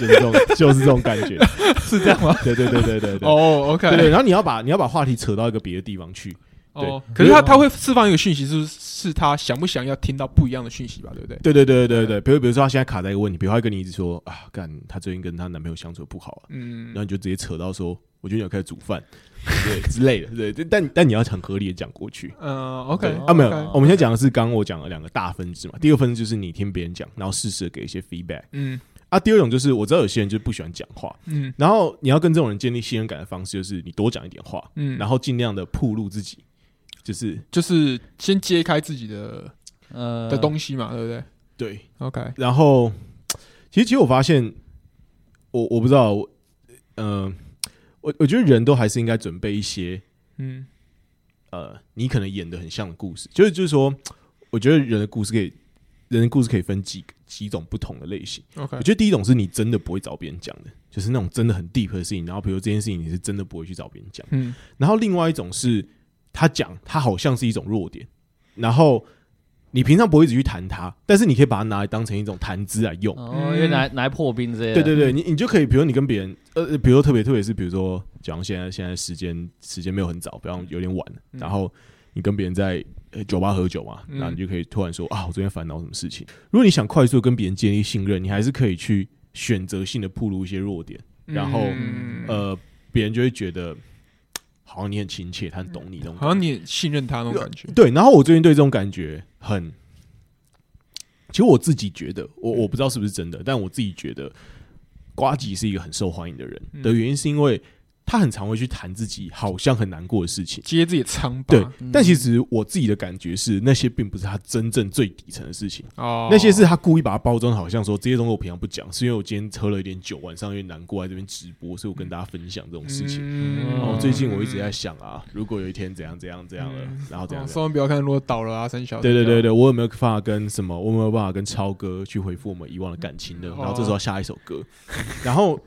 Speaker 1: 这种就是这种感觉，
Speaker 3: 是这样吗？
Speaker 1: 对对对对对 对。
Speaker 2: 哦，OK，
Speaker 1: 对对，然后你要把你要把话题扯到一个别的地方去，
Speaker 2: 哦
Speaker 1: 对
Speaker 2: 可是他他会释放一个讯息，是不是是他想不想要听到不一样的讯息吧？对不对？
Speaker 1: 对对对对对对，
Speaker 2: 嗯
Speaker 1: 比如比如说她现在卡在一个问题，比如她跟你一直说啊，干她最近跟她男朋友相处得不好啊，
Speaker 2: 嗯
Speaker 1: 然后你就直接扯到说，我觉得你要开始煮饭，对之类的， 对，但但你要很合理的讲过去，
Speaker 2: 嗯
Speaker 1: 对
Speaker 2: ，OK，
Speaker 1: 啊，没有
Speaker 2: OK，
Speaker 1: 我们现在讲的是刚刚我讲的两个大分支嘛，第二个分支就是你听别人讲，然后适时地给一些 feedback
Speaker 2: 嗯
Speaker 1: 啊，第二种就是我知道有些人就不喜欢讲话，
Speaker 2: 嗯
Speaker 1: 然后你要跟这种人建立信任感的方式就是你多讲一点话，
Speaker 2: 嗯，
Speaker 1: 然
Speaker 2: 后
Speaker 1: 后尽量的曝露自己，就是
Speaker 2: 就是先揭开自己的
Speaker 3: 呃
Speaker 2: 的东西嘛，对不对
Speaker 1: 对，
Speaker 2: ？OK，
Speaker 1: 然后其实其实我发现，我我不知道，我呃，我我觉得人都还是应该准备一些
Speaker 2: 嗯
Speaker 1: 呃，你可能演的很像的故事，就是就是说，我觉得人的故事可以人的故事可以分几几种不同的类型。
Speaker 2: OK，
Speaker 1: 我觉得第一种是你真的不会找别人讲的，就是那种真的很 deep 的事情。然后比如这件事情你是真的不会去找别人讲。
Speaker 2: 嗯，
Speaker 1: 然后另外一种是他讲，他好像是一种弱点，然后你平常不会一直去谈它，但是你可以把它拿来当成一种谈资来用。
Speaker 3: 哦，因为拿拿来破冰这些，
Speaker 1: 对对对，你你就可以，比如你跟别人，呃，呃比如说特别特别是，比如说，假如现在现在时间时间没有很早，比方有点晚，
Speaker 2: 嗯
Speaker 1: 然后你跟别人在呃酒吧喝酒嘛，
Speaker 2: 嗯
Speaker 1: 然后你就可以突然说啊，我昨天烦恼什么事情。如果你想快速地跟别人建立信任，你还是可以去选择性的暴露一些弱点，然后
Speaker 2: 嗯
Speaker 1: 呃，别人就会觉得嘖好像你很亲切，他很懂你那种感
Speaker 2: 好像
Speaker 1: 觉。
Speaker 2: 你也信任他那种感觉。
Speaker 1: 对，然后我最近对这种感觉很，其实我自己觉得，
Speaker 2: 嗯
Speaker 1: 我我不知道是不是真的，但我自己觉得，瓜吉是一个很受欢迎的人、
Speaker 2: 嗯
Speaker 1: 的原因，是因为他很常会去谈自己好像很难过的事情。
Speaker 2: 接自己的疮疤，
Speaker 1: 对，
Speaker 3: 嗯
Speaker 1: 但其实我自己的感觉是，那些并不是他真正最底层的事情，
Speaker 2: 哦，
Speaker 1: 那些是他故意把它包装得好像说这些东西我平常不讲，是因为我今天喝了一点酒，晚上有点难过，在这边直播，所以我跟大家分享这种事情。
Speaker 2: 嗯
Speaker 1: 哦，最近我一直在想啊，如果有一天怎样怎样怎样了，然后怎样
Speaker 2: 哦
Speaker 1: 怎样。
Speaker 2: 千万不要看，如果倒了啊，三小，
Speaker 1: 对对对
Speaker 2: 对，
Speaker 1: 对，我有没有办法跟什么？我有没有办法跟超哥去回复我们以往的感情呢？
Speaker 2: 哦
Speaker 1: 然后这时候下一首歌， 然后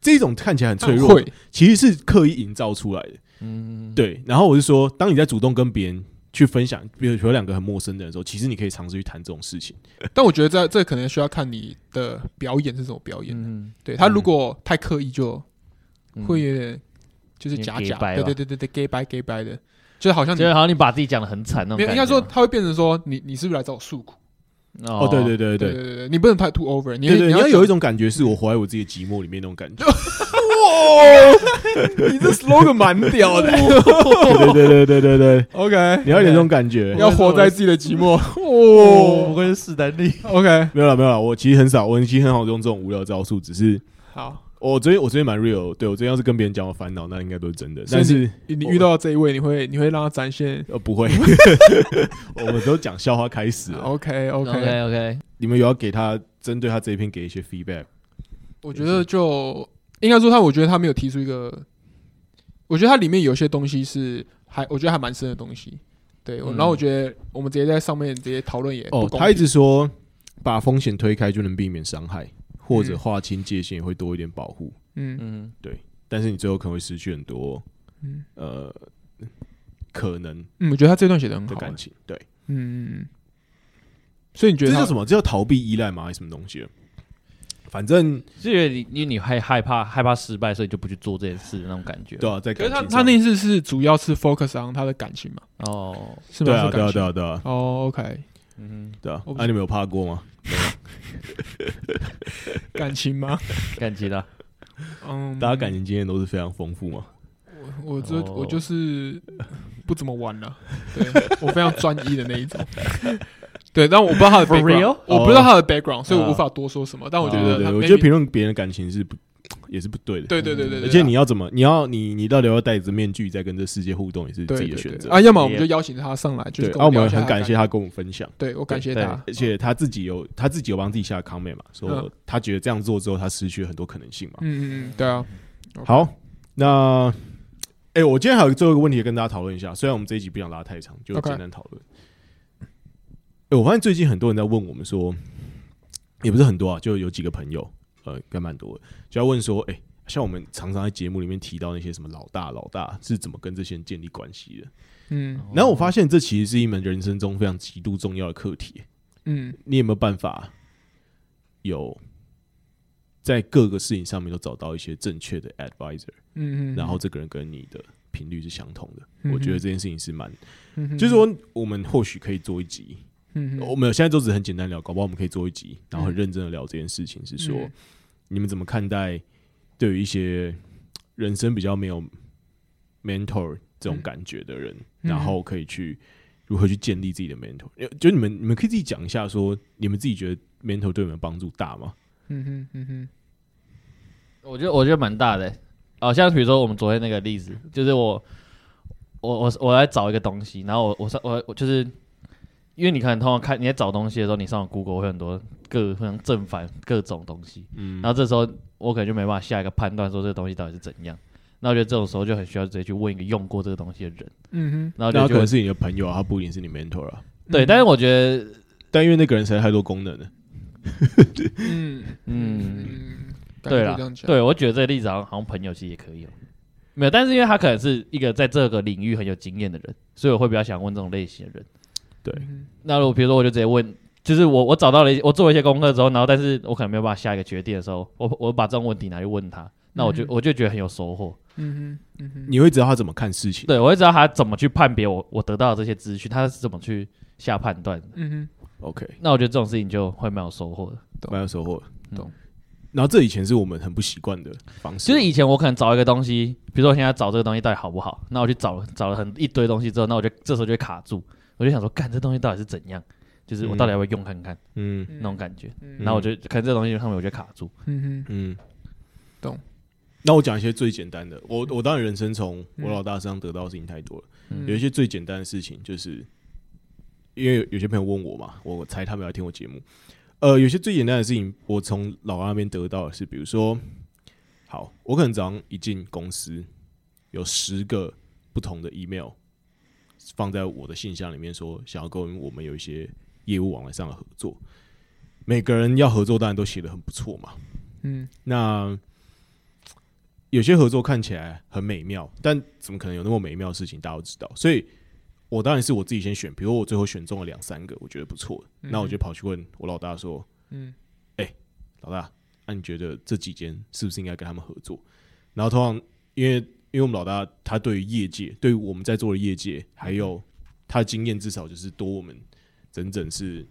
Speaker 1: 这种看起来很脆
Speaker 2: 很
Speaker 1: 弱
Speaker 2: 会，，
Speaker 1: 其实是刻意营造出来的。
Speaker 3: 嗯，
Speaker 1: 对，然后我是说，当你在主动跟别人去分享，比如说两个很陌生的人的时候，其实你可以尝试去谈这种事情。
Speaker 2: 但我觉得在这可能需要看你的表演是什么表演。
Speaker 3: 嗯，
Speaker 2: 对他如果太刻意，就
Speaker 3: 嗯
Speaker 2: 会有点就是假
Speaker 3: 有点
Speaker 2: 假
Speaker 3: gay，白吧
Speaker 2: 对对对对对，gay 白 gay 白的，就是好像你
Speaker 3: 就是好像你把自己讲的很惨那种
Speaker 2: 没有，
Speaker 3: 感觉，
Speaker 2: 应该说他会变成说你你是不是来找我诉苦？
Speaker 1: 哦，对对对
Speaker 2: 对
Speaker 1: 对
Speaker 2: 对对对，你不能太 too over，你
Speaker 1: 对对，你要有一
Speaker 2: 种
Speaker 1: 种感觉，是我活在我自己的寂寞里面那种感觉。
Speaker 2: 你这 slogan 蛮屌的
Speaker 1: 对对对对对对，
Speaker 2: ，OK，
Speaker 1: 你要有点这种感觉。
Speaker 2: 要活在自己的寂寞
Speaker 3: 哦，不
Speaker 2: 哦
Speaker 3: 愧是势单力，
Speaker 2: ，OK，
Speaker 1: 没有了没有了，我其实很少，我其实很好用这种无聊招数，只是
Speaker 2: 好，
Speaker 1: 哦我昨天我昨天蛮 real，对我昨天要是跟别人讲我烦恼，那应该都是真的。
Speaker 2: 所以
Speaker 1: 但是
Speaker 2: 你你遇到这一位，你会你会让他展现
Speaker 1: 呃不会， 我们都讲笑话开始了。
Speaker 2: OK OK，
Speaker 3: OK OK，
Speaker 1: 你们有要给他针对他这一篇给一些 feedback？
Speaker 2: 我觉得就应该说他，我觉得他没有提出一个，我觉得它里面有些东西是还我觉得还蛮深的东西。对，我
Speaker 3: 嗯
Speaker 2: 然后我觉得我们直接在上面直接讨论也欸不
Speaker 1: 哦，
Speaker 2: 公平
Speaker 1: 他一直说把风险推开就能避免伤害，或者
Speaker 2: 嗯
Speaker 1: 划清界限也会多一点保护，
Speaker 2: 嗯
Speaker 3: 嗯，
Speaker 1: 但是你最后可能会失去很多
Speaker 2: 嗯
Speaker 1: 呃可能
Speaker 2: 嗯，我觉得他这段写的很
Speaker 1: 的
Speaker 2: 好
Speaker 1: 感
Speaker 2: 欸，
Speaker 1: 情。对，
Speaker 2: 嗯，嗯所以你觉
Speaker 1: 这
Speaker 2: 得
Speaker 1: 叫
Speaker 2: 他
Speaker 1: 什么？这叫逃避依赖吗？还是什么东西？啊反正
Speaker 3: 就因为你因为你害害怕害怕失败，所以就不去做这件事那种感觉，
Speaker 1: 对啊，在
Speaker 2: 可
Speaker 1: 感情
Speaker 2: 是他
Speaker 1: 上
Speaker 2: 他那次是主要是 focus on 他的感情嘛，
Speaker 3: 哦，
Speaker 2: 是吗？
Speaker 1: 对啊
Speaker 2: 是
Speaker 1: 对啊
Speaker 2: 感情
Speaker 1: 对啊对啊
Speaker 2: 哦，OK，
Speaker 3: 嗯，
Speaker 1: 对啊
Speaker 2: 我，不
Speaker 1: 啊你们有怕过吗？
Speaker 2: 感情吗？
Speaker 3: 感激啦，
Speaker 2: 嗯，
Speaker 1: 大家感情经验都是非常丰富吗？
Speaker 2: 我我这
Speaker 3: 哦
Speaker 2: 我就是不怎么玩了，对我非常专一的那一种。 对，但我不知道他的
Speaker 3: For
Speaker 2: background，
Speaker 3: real？
Speaker 2: 我不知道他的 background，所以我
Speaker 3: 啊
Speaker 2: 无法多说什么。但我觉
Speaker 1: 对
Speaker 2: 得
Speaker 1: 哦对
Speaker 2: 他
Speaker 1: 对，我
Speaker 2: maybe-
Speaker 1: 觉得评论别人的感情是不也是不对的。
Speaker 2: 对对对对，对
Speaker 1: 而且你要怎么，你要你你到底要戴着面具在跟这世界互动，也是
Speaker 2: 对
Speaker 1: 自己
Speaker 2: 对
Speaker 1: 的
Speaker 2: 对
Speaker 1: 选择。
Speaker 2: 啊，要么我们就邀请他上来，就是
Speaker 1: 对，
Speaker 2: 跟
Speaker 1: 啊，我
Speaker 2: 聊一
Speaker 1: 们
Speaker 2: 下他
Speaker 1: 很
Speaker 2: 的
Speaker 1: 感谢
Speaker 2: 感
Speaker 1: 他跟我们分享，
Speaker 2: 情，对我感谢
Speaker 3: 对
Speaker 2: 他。
Speaker 1: 而且他自己有他自己有帮自己下 comment 嘛，说
Speaker 2: 嗯
Speaker 1: 他觉得这样做之后他失去了很多可能性嘛。
Speaker 2: 嗯嗯嗯，对啊，
Speaker 1: 好，那哎，我今天还有最后一个问题跟大家讨论一下，虽然我们这一集不想拉太长，就
Speaker 2: OK
Speaker 1: 简单讨论。哎，我发现最近很多人在问我们说，也不是很多啊，就有几个朋友，呃，应该蛮多的，就在问说，哎。像我们常常在节目里面提到那些什么老大老大是怎么跟这些人建立关系的，
Speaker 2: 嗯
Speaker 1: 然后我发现这其实是一门人生中非常极度重要的课题。
Speaker 2: 嗯
Speaker 1: 你有没有办法有在各个事情上面都找到一些正确的 advisor，、
Speaker 2: 嗯嗯，
Speaker 1: 然后这个人跟你的频率是相同的？
Speaker 2: 嗯哼
Speaker 1: 我觉得这件事情是蛮，
Speaker 2: 嗯嗯
Speaker 1: 就是说我们或许可以做一集，
Speaker 2: 嗯嗯
Speaker 1: 我们现在都只是很简单聊，搞不好我们可以做一集，然后很认真的聊这件事情，是说、
Speaker 2: 嗯
Speaker 1: 你们怎么看待对于一些人生比较没有 mentor 这种感觉的人，
Speaker 2: 嗯
Speaker 1: 然后可以去如何去建立自己的 mentor？呃就你们你们可以自己讲一下说你们自己觉得 mentor 对你们帮助大吗？
Speaker 2: 嗯嗯嗯嗯
Speaker 3: 我觉得我觉得蛮大的、欸，哦，像比如说我们昨天那个例子，就是我我我我来找一个东西，然后我我上我我就是因为你可能通常看你在找东西的时候，你上网 Google 会很多各非常正反各种东西，
Speaker 1: 嗯
Speaker 3: 然，后这时候我可能就没办法下一个判断说这个东西到底是怎样。那我觉得这种时候就很需要直接去问一个用过这个东西的人，
Speaker 2: 嗯哼，
Speaker 3: 然
Speaker 1: 那
Speaker 3: 后就
Speaker 1: 他
Speaker 3: 去
Speaker 1: 可能
Speaker 3: 问
Speaker 1: 是你的朋友啊，他不一定是你 mentor 啊。
Speaker 3: 对，但是我觉得
Speaker 1: 但因为那个人实在太多功能了，
Speaker 2: 嗯
Speaker 3: 嗯，
Speaker 2: 嗯，感
Speaker 3: 对
Speaker 2: 觉
Speaker 3: 啦
Speaker 2: 这样，讲，
Speaker 3: 对我觉得这个例子好像好像朋友其实也可以哦、没有，但是因为他可能是一个在这个领域很有经验的人，所以我会比较想问这种类型的人。
Speaker 1: 对
Speaker 2: 嗯
Speaker 3: 那如果比如说我就直接问，就是我我找到了一我做了一些功课之后，然后但是我可能没有办法下一个决定的时候，我我把这种问题拿去问他，那我就、
Speaker 2: 嗯
Speaker 3: 我就觉得很有收获。
Speaker 2: 嗯哼嗯哼，
Speaker 1: 你会知道他怎么看事情。
Speaker 3: 对，我会知道他怎么去判别我我得到的这些资讯，他是怎么去下判断的。
Speaker 2: 嗯哼。
Speaker 1: OK，
Speaker 3: 那我觉得这种事情就会蛮有收获的。
Speaker 2: 懂
Speaker 1: 蛮有收获的。
Speaker 2: 懂
Speaker 1: 然后这以前是我们很不习惯的方式，
Speaker 3: 嗯就是以前我可能找一个东西，比如说我现在找这个东西到底好不好，那我去找找了很一堆东西之后，那我就这时候就会卡住，我就想说，干这东西到底是怎样？就是我到底要不要用看看、
Speaker 1: 嗯
Speaker 3: 那种感觉，
Speaker 2: 嗯
Speaker 3: 然后我就看这东西上面我就卡住，
Speaker 2: 嗯哼，
Speaker 1: 嗯，
Speaker 2: 懂。
Speaker 1: 那我讲一些最简单的，我我当然人生从我老大身上得到的事情太多了，
Speaker 3: 嗯
Speaker 1: 有一些最简单的事情就是，因为有有些朋友问我嘛，我猜他们要听我节目，呃，有些最简单的事情我从老大那边得到的是，比如说，好，我可能早上一进公司，有十个不同的 email 放在我的信箱里面，说想要跟我们有一些业务往来上的合作，每个人要合作当然都写的很不错嘛，
Speaker 2: 嗯
Speaker 1: 那有些合作看起来很美妙，但怎么可能有那么美妙的事情？大家都知道，所以我当然是我自己先选，比如我最后选中了两三个，我觉得不错的，
Speaker 2: 嗯
Speaker 1: 那我就跑去问我老大说
Speaker 2: 嗯：“
Speaker 1: 老大，那、你觉得这几间是不是应该跟他们合作？”然后通常因为因为我们老大他对于业界，对于我们在做的业界，还
Speaker 2: 嗯
Speaker 1: 有他的经验至少就是多我们整整是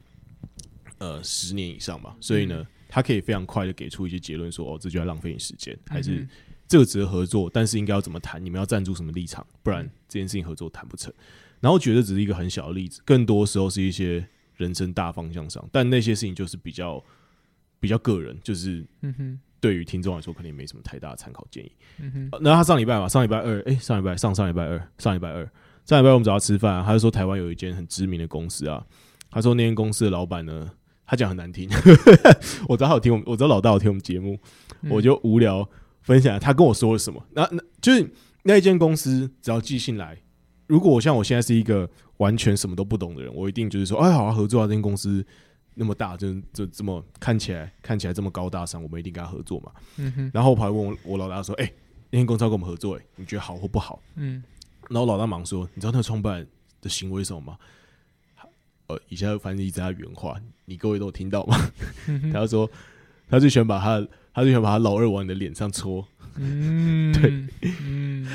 Speaker 1: 呃十年以上吧，所以呢，
Speaker 2: 嗯
Speaker 1: 他可以非常快的给出一些结论，说哦，这就要浪费你时间，还是
Speaker 2: 嗯
Speaker 1: 这个值得合作，但是应该要怎么谈？你们要站住什么立场？不然这件事情合作谈不成。然后我觉得只是一个很小的例子，更多时候是一些人生大方向上，但那些事情就是比较比较个人，就是
Speaker 2: 嗯哼
Speaker 1: 对于听众来说可能也没什么太大的参考建议。
Speaker 2: 嗯哼
Speaker 1: 呃那他上礼拜嘛，上礼拜二，哎、上礼拜上上礼拜二，上礼拜二，上礼拜二我们找他吃饭、啊，他就说台湾有一间很知名的公司啊，他说那间公司的老板呢，他讲很难听，我知道他有听我们，我知道老大有听我们节目，
Speaker 2: 嗯
Speaker 1: 我就无聊分享他跟我说了什么，那那就是那一间公司只要寄信来，如果我像我现在是一个完全什么都不懂的人，我一定就是说，哎，好啊，合作啊，这间公司。那么大，就就这么看起来看起来这么高大上，我们一定跟他合作嘛。
Speaker 2: 嗯哼
Speaker 1: 然后我跑来问我我老大说：“哎、那天公司要跟我们合作、欸，你觉得好或不好
Speaker 2: 嗯？”
Speaker 1: 然后老大忙说：“你知道那个创办人的行为是什么吗？”呃，以下翻译一下原话，你各位都有听到吗？
Speaker 2: 嗯哼
Speaker 1: 他就说，他最喜欢把他的，他最喜欢把他老二往你的脸上戳。
Speaker 2: 嗯对嗯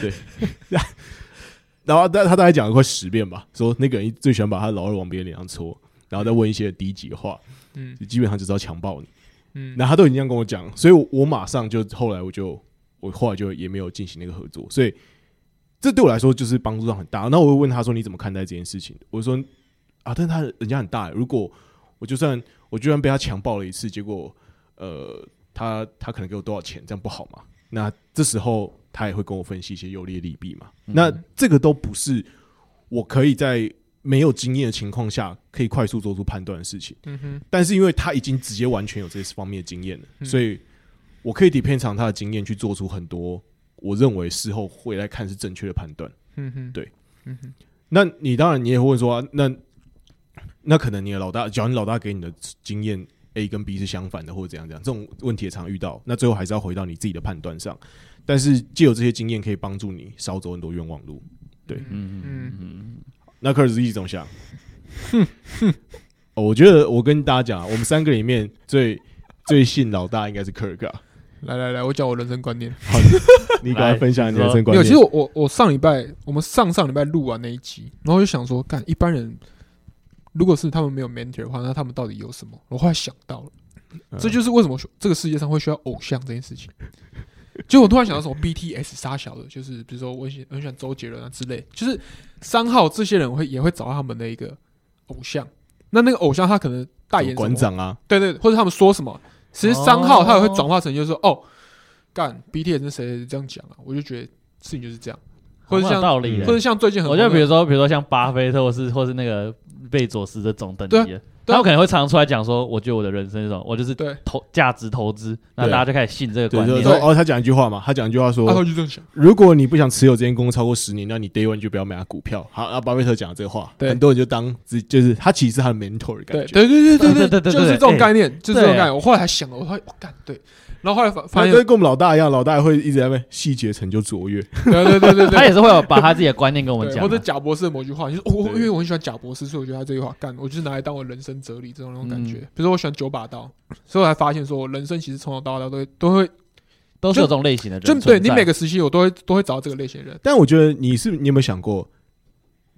Speaker 1: 然后他他大概讲了快十遍吧，说那个人最喜欢把他老二往别人脸上戳，然后再问一些低级的话，
Speaker 2: 嗯
Speaker 1: 基本上就是要强暴你。
Speaker 2: 嗯
Speaker 1: 那他都已经这样跟我讲，所以我我马上就后来我就我后来就也没有进行那个合作，所以这对我来说就是帮助上很大。那我会问他说你怎么看待这件事情？我说啊，但他人家很大，如果我就算我就算被他强暴了一次，结果呃他他可能给我多少钱，这样不好嘛？那这时候他也会跟我分析一些优劣利弊嘛。那这个都不是我可以在没有经验的情况下可以快速做出判断的事情。
Speaker 2: 嗯哼
Speaker 1: 但是因为他已经直接完全有这方面的经验了，
Speaker 2: 嗯
Speaker 1: 所以我可以 depend 上他的经验去做出很多我认为事后回来看是正确的判断。
Speaker 2: 嗯哼
Speaker 1: 对
Speaker 2: 嗯哼
Speaker 1: 那你当然你也会问说、啊，那那可能你的老大，假如你老大给你的经验 A 跟 B 是相反的，或者怎样怎样，这种问题也常遇到。那最后还是要回到你自己的判断上，但是借由这些经验可以帮助你少走很多冤枉路。
Speaker 2: 嗯
Speaker 1: 那克尔斯基怎么想？哦我觉得我跟大家讲啊，我们三个里面最最信老大应该是克尔嘎。
Speaker 2: 来来来，我讲我人生观念。
Speaker 1: 好，你赶快分享你的人生
Speaker 2: 没
Speaker 1: 观
Speaker 2: 有，
Speaker 1: 念。
Speaker 2: 其实我我我上礼拜，我们上上礼拜录完那一集，然后就想说，干一般人如果是他们没有 mentor 的话，那他们到底有什么？我后来想到了，
Speaker 1: 嗯
Speaker 2: 这就是为什么这个世界上会需要偶像这件事情。就我突然想到什么 BTS 杀小的，就是比如说我很喜很喜欢周杰伦啊之类，就是三号这些人会也会找到他们的一个偶像。那那个偶像他可能代言什么
Speaker 1: 馆长啊，
Speaker 2: 对对，或者他们说什么，其实三
Speaker 3: 哦
Speaker 2: 号他也会转化成就是说，哦，干 BTS 那谁这样讲啊，我就觉得事情就是这样，或者
Speaker 3: 蛮有
Speaker 2: 像
Speaker 3: 道理
Speaker 1: 嗯
Speaker 3: 的
Speaker 2: 或。者像最近很
Speaker 3: 我
Speaker 2: 红
Speaker 3: 觉
Speaker 2: 的，
Speaker 3: 得比如说，比如说像巴菲特或是或是那个贝佐斯这种等级的，
Speaker 2: 对啊
Speaker 3: 他们可能会常出来讲说，我觉得我的人生是什么，我就是
Speaker 2: 对，
Speaker 3: 投价值投资，那
Speaker 1: 对
Speaker 3: 大家就开始信这个
Speaker 1: 对，
Speaker 3: 观
Speaker 1: 就
Speaker 3: 念
Speaker 1: 是。说哦，他讲一句话嘛，他讲一句话
Speaker 2: 他
Speaker 1: 说，
Speaker 2: 会去这样想，
Speaker 1: 如果你不想持有这间公司超过十年，那你 day one 就不要买他股票。好，那巴菲特讲的这个话，
Speaker 2: 对
Speaker 1: 很多人就当自就是他其实是他的 mentor 的
Speaker 2: 对
Speaker 1: 感觉。
Speaker 2: 对对对
Speaker 3: 对
Speaker 2: 对
Speaker 3: 对对
Speaker 2: 就是这种
Speaker 3: 对哎
Speaker 2: 概念，就是这种
Speaker 3: 对
Speaker 2: 概念。我后来还想了，我说我干对，然后后来发发
Speaker 1: 反
Speaker 2: 现
Speaker 1: 正，跟我们老大一样，老大也会一直在那边细节成就卓越。
Speaker 2: 对对对对对
Speaker 3: 他，也是会有把他自己的观念跟我们
Speaker 2: 对
Speaker 3: 讲
Speaker 2: 或者
Speaker 3: 啊，
Speaker 2: 贾博士的某句话，就是哦我、我
Speaker 1: 对
Speaker 2: 因为我很喜欢贾博士，所以我觉得他这句话干，我就是拿来当我人生哲理这种那种感觉。
Speaker 3: 嗯
Speaker 2: 比如说我喜欢九把刀，所以我才发现说我人生其实从小到大都会都会，
Speaker 3: 都是有这种类型的人
Speaker 2: 就
Speaker 3: 存在。
Speaker 2: 对你每个时期我都会都会找到这个类型的人。
Speaker 1: 但我觉得你是你有没有想过，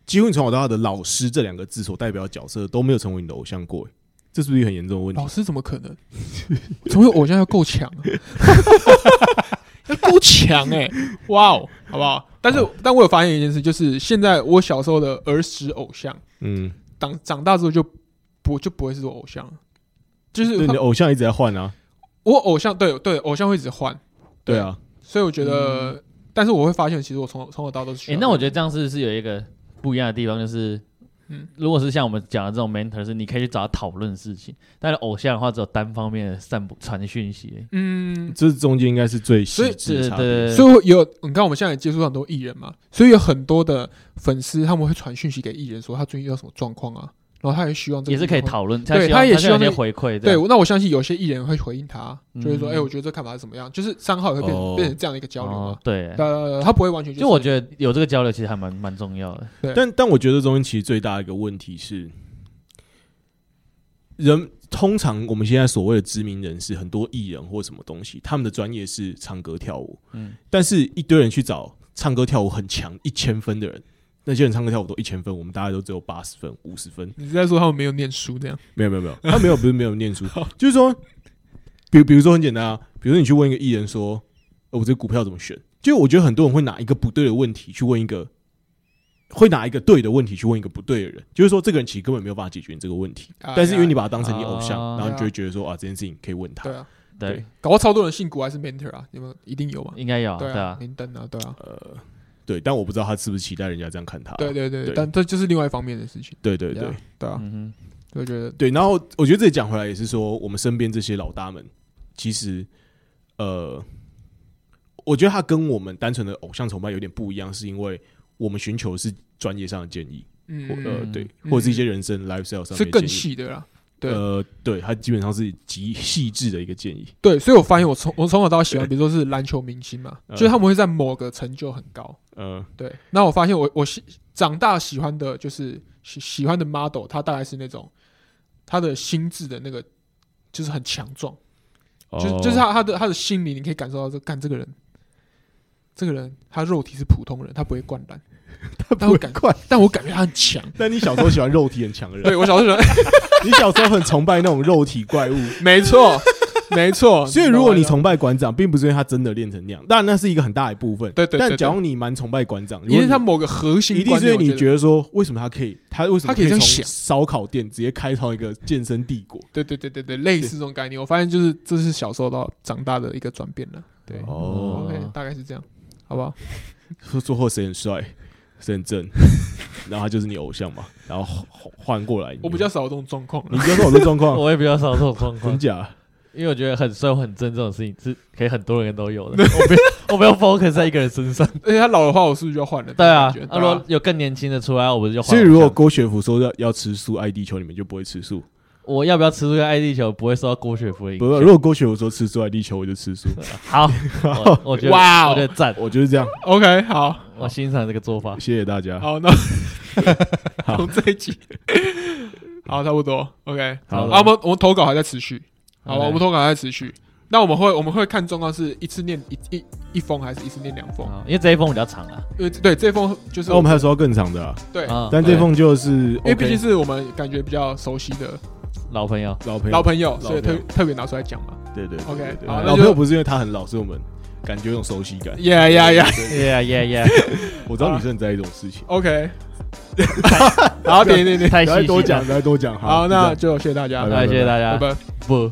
Speaker 1: 几乎你从小到大的老师这两个字所代表的角色都没有成为你的偶像过，欸这是不是一个很严重的问题
Speaker 2: 老？师怎么可能？ 怎么会偶像要够强、啊？ 要够强哎！哇哦，好不好？但是但我有发现一件事，就是现在我小时候的儿时偶像，
Speaker 1: 嗯，
Speaker 2: 长长大之后就不就不会是我偶像了，就是
Speaker 1: 对，你
Speaker 2: 他
Speaker 1: 的偶像一直在换啊。
Speaker 2: 我偶像对对偶像会一直换。
Speaker 1: 对啊，
Speaker 2: 所以我觉得，
Speaker 1: 嗯
Speaker 2: 但是我会发现，其实我从从小到大都是需
Speaker 3: 哎、
Speaker 2: 要。
Speaker 3: 那我觉得这样是不是有一个不一样的地方，就是，
Speaker 2: 嗯
Speaker 3: 如果是像我们讲的这种 mentor，是你可以去找他讨论事情，但是偶像的话只有单方面的散布传讯息，
Speaker 2: 嗯，
Speaker 1: 这中间应该是最
Speaker 2: 所以呃
Speaker 1: 细致的
Speaker 3: 对
Speaker 1: 差
Speaker 3: 对
Speaker 1: 别。
Speaker 3: 对
Speaker 2: 所以我有你看我们现在也接触到很多艺人嘛，所以有很多的粉丝他们会传讯息给艺人说他最近遇到什么状况啊，然后他也希望这个
Speaker 3: 也是可以
Speaker 2: 状况。
Speaker 3: 讨论，
Speaker 2: 对
Speaker 3: 希
Speaker 2: 他
Speaker 3: 望
Speaker 2: 也
Speaker 3: 他
Speaker 2: 希望
Speaker 3: 有一些
Speaker 2: 那
Speaker 3: 回馈，
Speaker 2: 对，，那我相信有些艺人会回应他，就会说：“
Speaker 3: 嗯
Speaker 2: 哎、我觉得这看法是怎么样？”就是三号也会变成、
Speaker 1: 哦
Speaker 2: 变成这样的一个交流
Speaker 3: 哦
Speaker 2: 嘛。，
Speaker 3: 对
Speaker 2: 对，对对对他不会完全
Speaker 3: 就我觉得有这个交流其实还蛮蛮重要的，
Speaker 2: 对
Speaker 1: 但但我觉得中间其实最大的一个问题是，人通常我们现在所谓的知名人士，很多艺人或什么东西，他们的专业是唱歌跳舞，
Speaker 3: 嗯，
Speaker 1: 但是一堆人去找唱歌跳舞很强一千分的人，那些人唱歌跳舞都一千分，我们大家都只有八十分、五十分，
Speaker 2: 你是在说他们没有念书这样？
Speaker 1: 没有没有没有，他没有不是没有念书，就是说，比如比如说很简单啊，比如说你去问一个艺人说，呃，我这个股票怎么选？就我觉得很多人会拿一个不对的问题去问一个，会拿一个对的问题去问一个不对的人，就是说这个人其实根本没有办法解决你这个问题，
Speaker 2: 啊
Speaker 1: 但是因为你把他当成你偶像，
Speaker 3: 啊
Speaker 1: 然后你就会觉得说啊，这件事情可以问他
Speaker 2: 对。啊，
Speaker 3: 对，
Speaker 2: 搞到超多人信股还是 mentor 啊，你们一定有嘛？
Speaker 3: 应该有，对
Speaker 2: 啊
Speaker 3: 啊，，
Speaker 2: 林登啊，对啊，
Speaker 1: 呃，对，但我不知道他是不是期待人家这样看他。
Speaker 2: 对对对，
Speaker 1: 对
Speaker 2: 但这就是另外一方面的事情。
Speaker 1: 对对对
Speaker 2: 啊对啊，
Speaker 3: 嗯哼，
Speaker 2: 我觉得
Speaker 1: 对，然后我觉得这里讲回来也是说，我们身边这些老大们，其实呃，我觉得他跟我们单纯的偶像崇拜有点不一样，是因为我们寻求的是专业上的建议，
Speaker 2: 嗯
Speaker 1: 或呃
Speaker 2: 嗯
Speaker 1: 对，
Speaker 2: 嗯
Speaker 1: 或者是一些人生 lifestyle 上面的
Speaker 2: 是更
Speaker 1: 建议
Speaker 2: 细的啦。对
Speaker 1: 呃，对，他基本上是极细致的一个建议。
Speaker 2: 对，所以我发现我从我从小到大喜欢，比如说是篮球明星嘛，
Speaker 1: 嗯
Speaker 2: 就是他们会在某个成就很高。
Speaker 1: 呃，
Speaker 2: 对，那我发现我我喜长大喜欢的就是喜喜欢的 model，他大概是那种他的心智的那个就是很强壮，就是
Speaker 1: 哦
Speaker 2: 就是他他的他的心理，你可以感受到这干这个人，这个人他肉体是普通人，他不会灌 篮，但我
Speaker 1: 不
Speaker 2: 感
Speaker 1: 快。
Speaker 2: 但我感觉他很强。
Speaker 1: 但你小时候喜欢肉体很强的人，
Speaker 2: 对我小时候喜欢，
Speaker 1: 你小时候很崇拜那种肉体怪物，
Speaker 2: 没错没错，
Speaker 1: 所以，如果你
Speaker 2: 哦懂我意思吗
Speaker 1: 崇拜馆长，并不是因为他真的练成那样，当然那是一个很大一部分。
Speaker 2: 对对对
Speaker 1: 但假如你蛮崇拜馆长，
Speaker 2: 因为他
Speaker 1: 如果
Speaker 2: 某个核
Speaker 1: 你一
Speaker 2: 心
Speaker 1: 定
Speaker 2: 观
Speaker 1: 是因
Speaker 2: 念，
Speaker 1: 为你
Speaker 2: 我
Speaker 1: 觉得说，为什么他可以，他为什么
Speaker 2: 他可以这
Speaker 1: 从
Speaker 2: 样想
Speaker 1: 烧烤店直接开创一个健身帝国？
Speaker 2: 对对对对对，类似这种概念，我发现就是这是小时候到长大的一个转变了。对、
Speaker 1: 哦
Speaker 2: o k 大概是这样，好不好？
Speaker 1: 说最后谁很帅，谁很正， 然后他就是你偶像嘛。然后换换过来，
Speaker 2: 我比较，少有这种状况
Speaker 1: 你
Speaker 2: 了。
Speaker 1: 不要说我的状 况，
Speaker 3: 我也比较少这种状
Speaker 1: 真
Speaker 3: 况，
Speaker 1: 假？
Speaker 3: 因为我觉得很帅很正这种事情是可以很多人都 有的，我没有我没有 focus 在一个人身上，
Speaker 2: 而且他老的话，我是不是就要换了？
Speaker 3: 对啊
Speaker 2: 这种，
Speaker 3: 那
Speaker 2: 感
Speaker 3: 如
Speaker 2: 觉
Speaker 3: 果有更年轻的出来，我不是就换
Speaker 1: 所以，
Speaker 3: 偶像？
Speaker 1: 如果郭学福说要要吃素爱地球，你们就不会吃素。
Speaker 3: 我要不要吃出个爱地球，不会受到郭雪芙的影
Speaker 1: 不是，
Speaker 3: 响。
Speaker 1: 如果郭学福说吃素爱地球，我就吃素。
Speaker 3: 好， 我我觉得，
Speaker 2: 哇哦
Speaker 3: 我觉得赞，
Speaker 1: 我就是这样，
Speaker 2: OK，好
Speaker 3: 我欣赏这个做法。
Speaker 1: 谢谢大家。
Speaker 2: 好，那 从这一集， 好，差不多 OK。
Speaker 1: 好
Speaker 2: 啊，我们我们投稿还在持续，好吧？
Speaker 3: OK
Speaker 2: 我们投稿还在持续。那我们会我们会看状况，是一次念一一一封还是一次念两封？
Speaker 3: 好因为这一封比较长啊，
Speaker 2: 因为对这封就是
Speaker 1: 哦那我们还有收到更长的啊，
Speaker 2: 对，
Speaker 3: 啊
Speaker 1: 但这
Speaker 3: 对
Speaker 1: 封就是
Speaker 2: 因为毕
Speaker 1: OK
Speaker 2: 竟是我们感觉比较熟悉的
Speaker 3: 老 朋友，
Speaker 1: 老朋友
Speaker 2: 老，朋友，
Speaker 1: 老
Speaker 2: 所以
Speaker 1: 朋
Speaker 2: 特
Speaker 1: 友
Speaker 2: 特别拿出来讲嘛。
Speaker 1: 对对
Speaker 2: OK，
Speaker 1: 对对
Speaker 2: 好那
Speaker 1: 老
Speaker 2: 就
Speaker 1: 朋友不是因为他很老，是我们感觉有种熟悉感。
Speaker 2: 呀呀呀！
Speaker 3: 耶耶耶，yeah，
Speaker 1: 我知道女生很在意这种事情，
Speaker 2: OK，好，点点点，
Speaker 3: 太
Speaker 1: 不要再
Speaker 3: 细
Speaker 1: 多
Speaker 3: 心
Speaker 1: 讲，
Speaker 3: 了，
Speaker 1: 不要再多讲。
Speaker 2: 哎好，
Speaker 1: 就这样
Speaker 2: 那就谢谢大家，
Speaker 1: 拜拜
Speaker 3: 哎谢谢大
Speaker 2: 拜
Speaker 3: 家，
Speaker 2: 拜。
Speaker 3: 不。